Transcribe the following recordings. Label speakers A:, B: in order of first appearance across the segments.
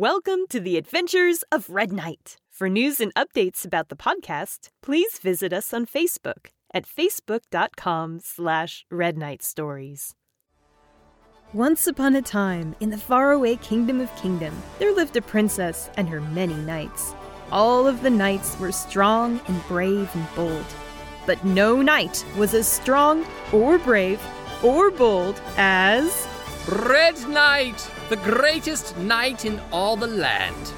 A: Welcome to the Adventures of Red Knight. For news and updates about the podcast, please visit us on Facebook at facebook.com slash Red Knight Stories. Once upon a time, in the faraway Kingdom of Kingdom, there lived a princess and her many knights. All of the knights were strong and brave and bold. But no knight was as strong or brave or bold as...
B: Red Knight, the greatest knight in all the land.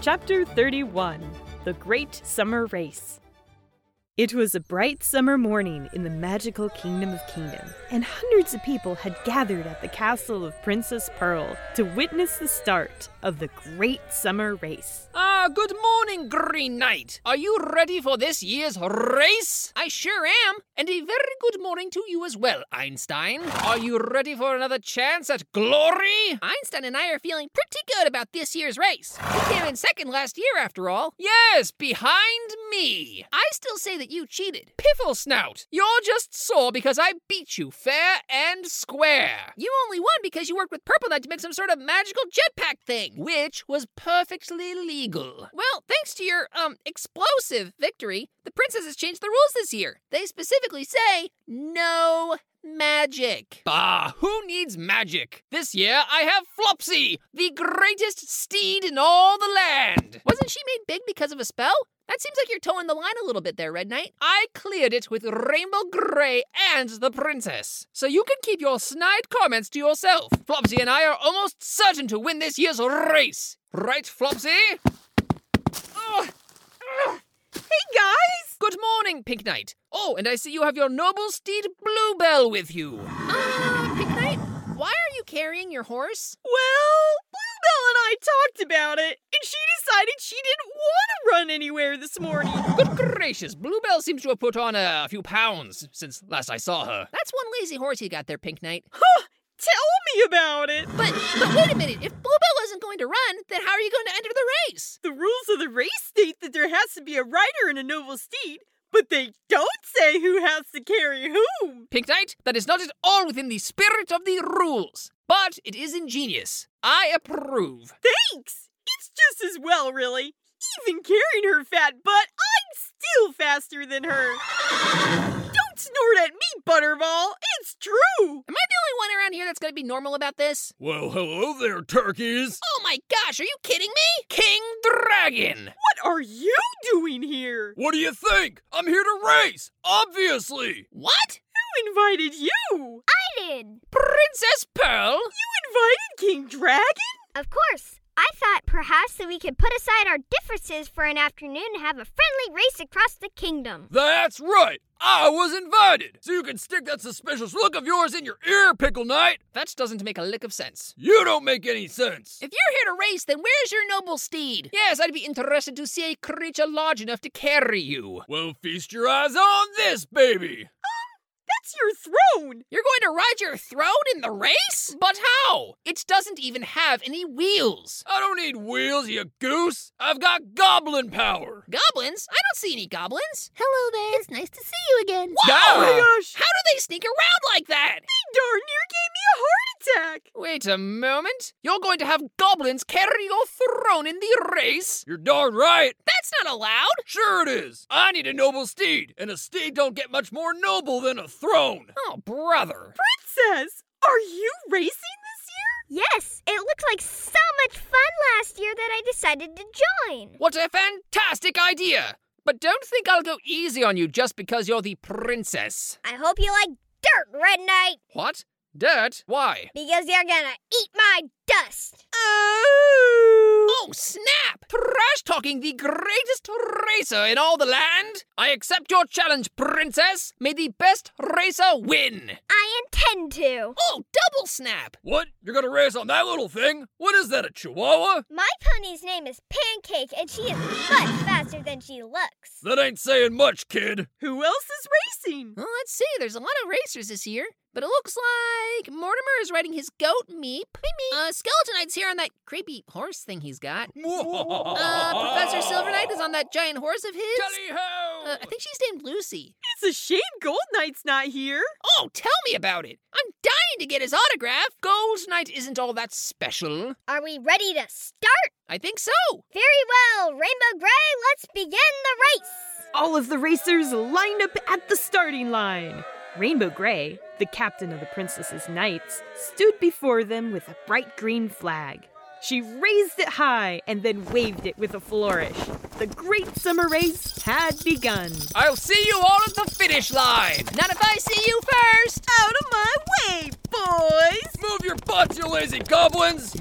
A: Chapter 31 The Great Summer Race. It was a bright summer morning in the magical Kingdom of Kingdom, and hundreds of people had gathered at the castle of Princess Pearl to witness the start of the Great Summer Race.
B: Ah, good morning, Green Knight. Are you ready for this year's race? I sure am. And a very good morning to you as well, Einstein. Are you ready for another chance at glory?
C: Einstein and I are feeling pretty good about this year's race. We came in second last year, after all.
B: Yes, behind me.
C: I still say that you cheated.
B: Piffle Snout, you're just sore because I beat you fair and square.
C: You only won because you worked with Purple Knight to make some sort of magical jetpack thing, which was perfectly legal. Well, thanks to your, um, explosive victory, the princess has changed the rules this year. They specifically say no magic.
B: Bah, who needs magic? This year I have Flopsy, the greatest steed in all the land.
C: Wasn't she made big because of a spell? That seems like you're towing the line a little bit there, Red Knight.
B: I cleared it with Rainbow Grey and the Princess, so you can keep your snide comments to yourself. Flopsy and I are almost certain to win this year's race. Right, Flopsy? Ugh. Ugh.
A: Hey guys!
B: Good morning, Pink Knight. Oh, and I see you have your noble steed Bluebell with you.
C: Ah, Pink Knight, why are you carrying your horse?
A: Well, Bluebell and I talked about it, and she decided she didn't want to run anywhere this morning.
B: Good gracious, Bluebell seems to have put on uh, a few pounds since last I saw her.
C: That's one lazy horse you got there, Pink Knight.
A: Tell me about it!
C: But, but wait a minute, if Bluebell isn't going to run, then how are you going to enter the race?
A: The rules of the race state that there has to be a rider and a noble steed, but they don't say who has to carry whom.
B: Pink Knight, that is not at all within the spirit of the rules, but it is ingenious. I approve.
A: Thanks! It's just as well, really. Even carrying her fat butt, I'm still faster than her. Don't snort at me, Butterball. It's true.
C: Am I the only one around here that's going to be normal about this?
D: Well, hello there, turkeys.
C: Oh my gosh, are you kidding me?
B: King Dragon!
A: What are you doing here?
D: What do you think? I'm here to race, obviously.
C: What?
A: Who invited you?
B: Princess Pearl?
A: You invited King Dragon?
E: Of course. I thought perhaps that we could put aside our differences for an afternoon and have a friendly race across the kingdom.
D: That's right. I was invited. So you can stick that suspicious look of yours in your ear, Pickle Knight.
B: That doesn't make a lick of sense.
D: You don't make any sense.
C: If you're here to race, then where's your noble steed?
B: Yes, I'd be interested to see a creature large enough to carry you.
D: Well, feast your eyes on this, baby.
A: That's your throne.
C: You're going to ride your throne in the race?
B: But how? It doesn't even have any wheels.
D: I don't need wheels, you goose. I've got goblin power.
C: Goblins? I don't see any goblins.
F: Hello there. It's nice to see you again.
B: Whoa!
A: Oh my gosh.
C: How do they sneak around like that?
A: He darn near gave me a heart attack.
B: Wait a moment. You're going to have goblins carry your throne in the race?
D: You're darn right.
C: That's not allowed.
D: Sure it is. I need a noble steed, and a steed don't get much more noble than a throne.
B: Oh, brother.
A: Princess, are you racing this year?
E: Yes, it looked like so much fun last year that I decided to join.
B: What a fantastic idea! But don't think I'll go easy on you just because you're the princess.
E: I hope you like dirt, Red Knight,
B: What? Dirt? Why?
E: because you're gonna eat my dust.
A: Oh.
B: Oh, snap! Trash talking the greatest racer in all the land! I accept your challenge, princess! May the best racer win!
E: I intend to.
C: Oh, double snap.
D: What? You're gonna race on that little thing? What is that, a chihuahua?
E: My pony's name is Pancake, and she is much faster than she looks.
D: That ain't saying much, kid.
A: Who else is racing?
C: Well, let's see. There's a lot of racers this year, but it looks like Mortimer is riding his goat Meep. Uh, Skeletonite's here on that creepy horse thing he's got. Uh, Professor Silver Knight is on that giant horse of his.
D: Tally ho!
C: Uh, I think she's named Lucy.
A: It's a shame Gold Knight's not here.
C: Oh, tell me about it. I'm dying to get his autograph. Gold Knight isn't all that special.
E: Are we ready to start?
C: I think so.
E: Very well, Rainbow Gray, let's begin the race.
A: All of the racers lined up at the starting line. Rainbow Gray, the captain of the Princess's Knights, stood before them with a bright green flag. She raised it high and then waved it with a flourish. The great summer race had begun.
B: I'll see you all at the finish line.
C: Not if I see you first.
A: Out of my way, boys!
D: Move your butts, you lazy goblins!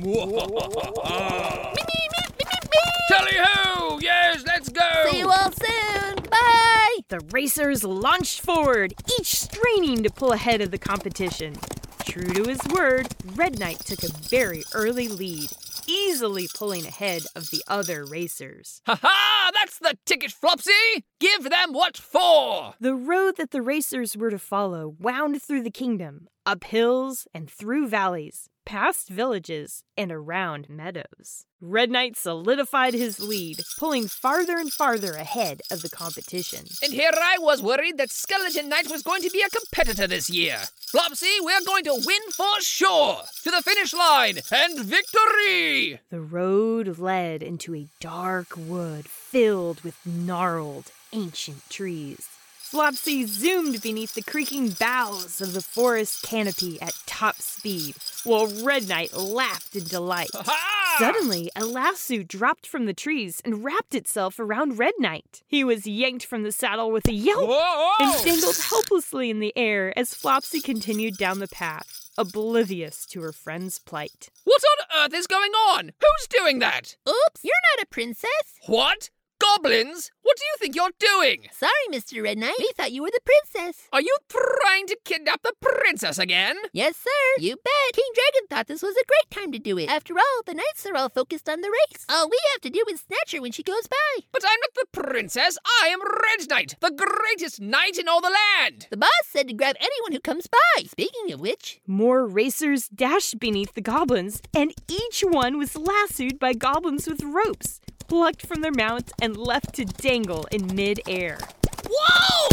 D: Tally ho! Yes, let's go!
F: See you all soon. Bye.
A: The racers launched forward, each straining to pull ahead of the competition. True to his word, Red Knight took a very early lead, easily pulling ahead of the other racers.
B: Ha ha! That's the ticket, Flopsy! Give them what for!
A: The road that the racers were to follow wound through the kingdom, up hills and through valleys, past villages, and around meadows. Red Knight solidified his lead, pulling farther and farther ahead of the competition.
B: And here I was worried that Skeleton Knight was going to be a competitor this year. Flopsy, we're going to win for sure! To the finish line and victory!
A: The road led into a dark wood filled with gnarled, ancient trees. Flopsy zoomed beneath the creaking boughs of the forest canopy at top speed, while Red Knight laughed in delight.
B: Ha!
A: Suddenly, a lasso dropped from the trees and wrapped itself around Red Knight. He was yanked from the saddle with a yelp
B: Whoa!
A: and dangled helplessly in the air as Flopsy continued down the path, oblivious to her friend's plight.
B: What on earth is going on? Who's doing that?
F: Oops, you're not a princess.
B: What? Goblins? What do you think you're doing?
F: Sorry, Mr. Red Knight. We thought you were the princess.
B: Are you trying to kidnap the princess again?
F: Yes, sir. You bet. King Dragon thought this was a great time to do it. After all, the knights are all focused on the race. All we have to do is snatch her when she goes by.
B: But I'm not the princess. I am Red Knight, the greatest knight in all the land.
F: The boss said to grab anyone who comes by. Speaking of which,
A: More racers dashed beneath the goblins, and each one was lassoed by goblins with ropes, plucked from their mounts and left to dangle in midair.
B: Whoa!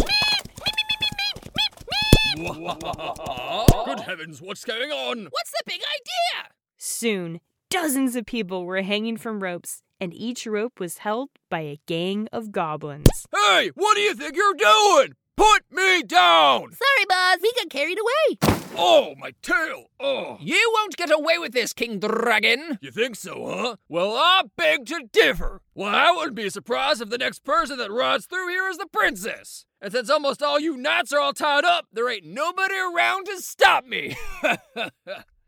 D: Good heavens, what's going on?
B: What's the big idea?
A: Soon, dozens of people were hanging from ropes, and each rope was held by a gang of goblins.
D: Hey, what do you think you're doing? Put me down!
F: sorry, boss, we got carried away.
D: Oh, my tail! Oh.
B: You won't get away with this, King Dragon.
D: You think so, huh? Well, I beg to differ. Why, I wouldn't be surprised if the next person that rides through here is the princess. And since almost all you knights are all tied up, there ain't nobody around to stop me.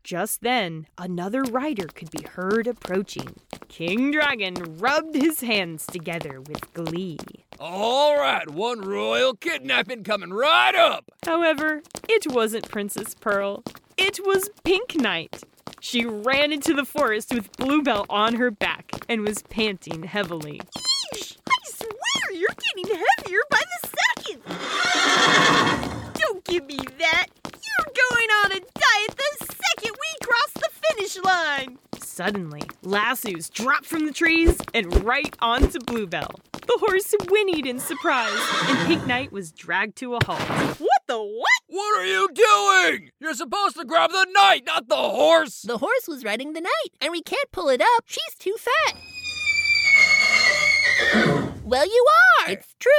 A: Just then, another rider could be heard approaching. King Dragon rubbed his hands together with glee.
D: all right, one royal kidnapping coming right up.
A: However, it wasn't Princess Pearl. It was Pink Knight. She ran into the forest with Bluebell on her back and was panting heavily.
G: I swear you're getting heavier by the second. Don't give me that. You're going on a diet the second we cross the finish line.
A: Suddenly, lassos dropped from the trees and right onto Bluebell. The horse whinnied in surprise, and Pink Knight was dragged to a halt.
G: What the what?
D: What are you doing? You're supposed to grab the knight, not the horse.
F: The horse was riding the knight, and we can't pull it up. She's too fat. Well, you are. It's true.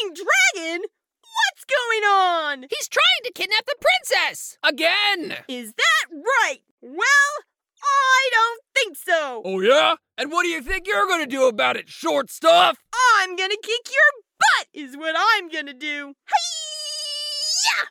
G: King Dragon? What's going on?
B: He's trying to kidnap the princess! Again!
G: Is that right? Well, I don't think so.
D: Oh, yeah? And what do you think you're gonna do about it, short stuff?
G: I'm gonna kick your butt, is what I'm gonna do.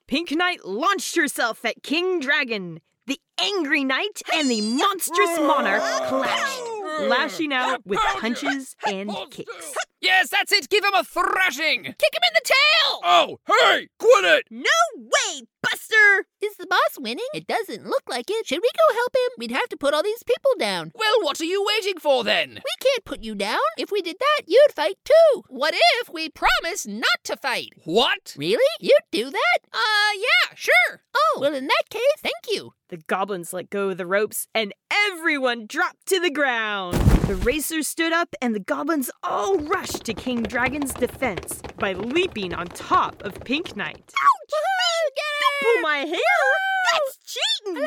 A: Pink Knight launched herself at King Dragon. The angry knight and the monstrous monarch
D: Oh,
A: clashed, lashing out with punches and kicks.
B: Yes, that's it! Give him a thrashing!
C: Kick him in the tail!
D: Oh, hey, quit it!
G: No way, Buster!
F: Is the boss winning? It doesn't look like it. Should we go help him? We'd have to put all these people down.
B: Well, what are you waiting for then?
F: We can't put you down. If we did that, you'd fight too.
C: What if we promise not to fight?
B: What?
F: Really? You'd do that?
C: Uh, yeah, sure.
F: Oh, well, in that case, thank you.
A: The goblins let go of the ropes and everyone dropped to the ground. The racers stood up and the goblins all rushed rushed to King Dragon's defense by leaping on top of Pink Knight.
G: Pull my hair? That's cheating!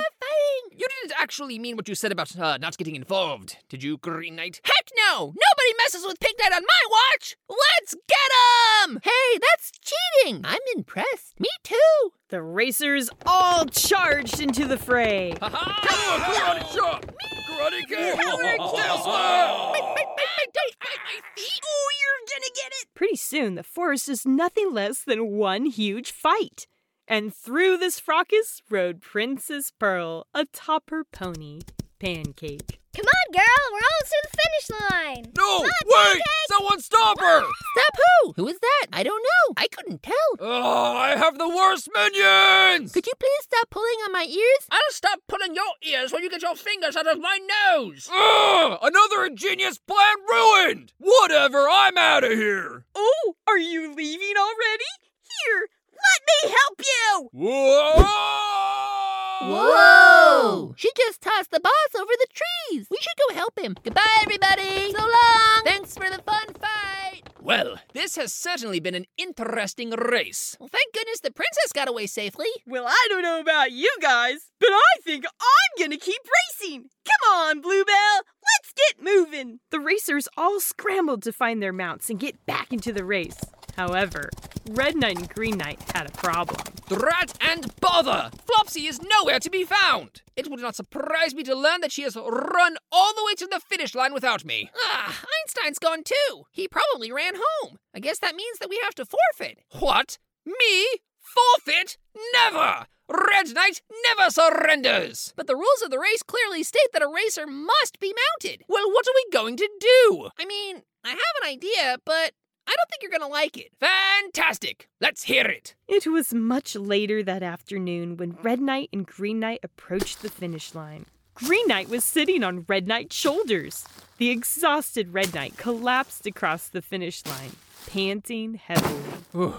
B: You didn't actually mean what you said about uh, not getting involved, did you, Green Knight?
C: Heck no! Nobody messes with Pink Knight on my watch! Let's get him!
F: Hey, that's cheating! I'm impressed. Me too!
A: The racers all charged into the fray.
D: Ha ha! Karate chop! Karate kick! Tail slap!
G: Oh, you're gonna get it!
A: Pretty soon, the forest is nothing less than one huge fight. And through this fracas rode Princess Pearl atop her pony, Pancake.
E: Come on, girl, we're almost to the finish line.
D: No! Wait! Someone stop her!
F: Stop who? Who is that? I don't know. I couldn't tell.
D: Oh, I have the worst minions!
F: Could you please stop pulling on my ears?
B: I'll stop pulling your ears when you get your fingers out of my nose!
D: Ugh, another ingenious plan ruined! Whatever, I'm out of here!
G: Oh, are you leaving already? Here, let me help you!
D: Whoa!
F: Whoa! She just tossed the boss over the trees. We should go help him. Goodbye, everybody. So long. Thanks for the fun fight.
B: Well, this has certainly been an interesting race.
C: Well, thank goodness the princess got away safely.
G: Well, I don't know about you guys, but I think I'm gonna keep racing! Come on, Bluebell, let's get moving!
A: The racers all scrambled to find their mounts and get back into the race. However, Red Knight and Green Knight had a problem.
B: Drat and bother! Flopsy is nowhere to be found! It would not surprise me to learn that she has run all the way to the finish line without me.
C: Ah, Einstein's gone too. He probably ran home. I guess that means that we have to forfeit.
B: What? Me? Forfeit? Never! Red Knight never surrenders!
C: But the rules of the race clearly state that a racer must be mounted.
B: Well, what are we going to do?
C: I mean, I have an idea, but I don't think you're gonna like it.
B: Fantastic! Let's hear it!
A: It was much later that afternoon when Red Knight and Green Knight approached the finish line. Green Knight was sitting on Red Knight's shoulders. The exhausted Red Knight collapsed across the finish line, panting heavily.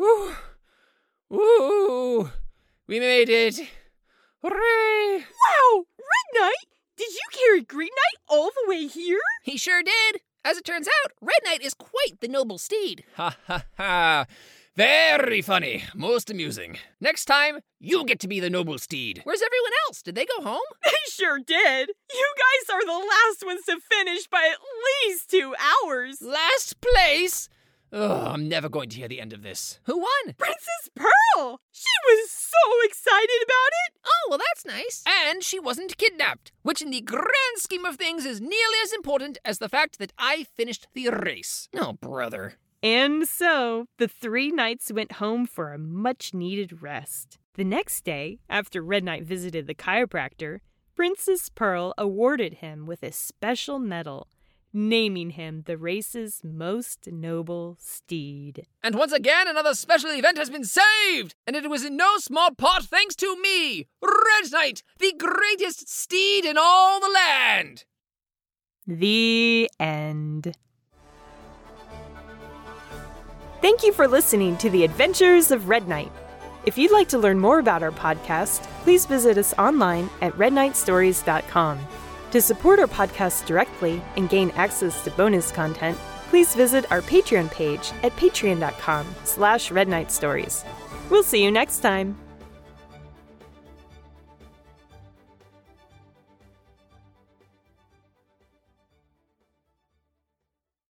B: Ooh! Ooh! We made it! Hooray!
G: Wow, Red Knight, did you carry Green Knight all the way here?
C: He sure did. As it turns out, Red Knight is quite the noble steed.
B: Ha ha ha! Very funny. Most amusing. Next time, you get to be the noble steed.
C: Where's everyone else? Did they go home?
G: They sure did. You guys are the last ones to finish by at least two hours.
B: Last place? Ugh, I'm never going to hear the end of this.
C: Who won?
G: Princess Pearl! She was so excited about it!
C: Oh, well, that's nice.
B: And she wasn't kidnapped, which in the grand scheme of things is nearly as important as the fact that I finished the race. Oh, brother.
A: And so the three knights went home for a much needed rest. The next day, after Red Knight visited the chiropractor, Princess Pearl awarded him with a special medal, naming him the race's most noble steed.
B: And once again, another special event has been saved! And it was in no small part thanks to me, Red Knight, the greatest steed in all the land!
A: The end. Thank you for listening to the Adventures of Red Knight. If you'd like to learn more about our podcast, please visit us online at redknightstories.com. To support our podcast directly and gain access to bonus content, please visit our Patreon page at patreon.com slash redknightstories. We'll see you next time.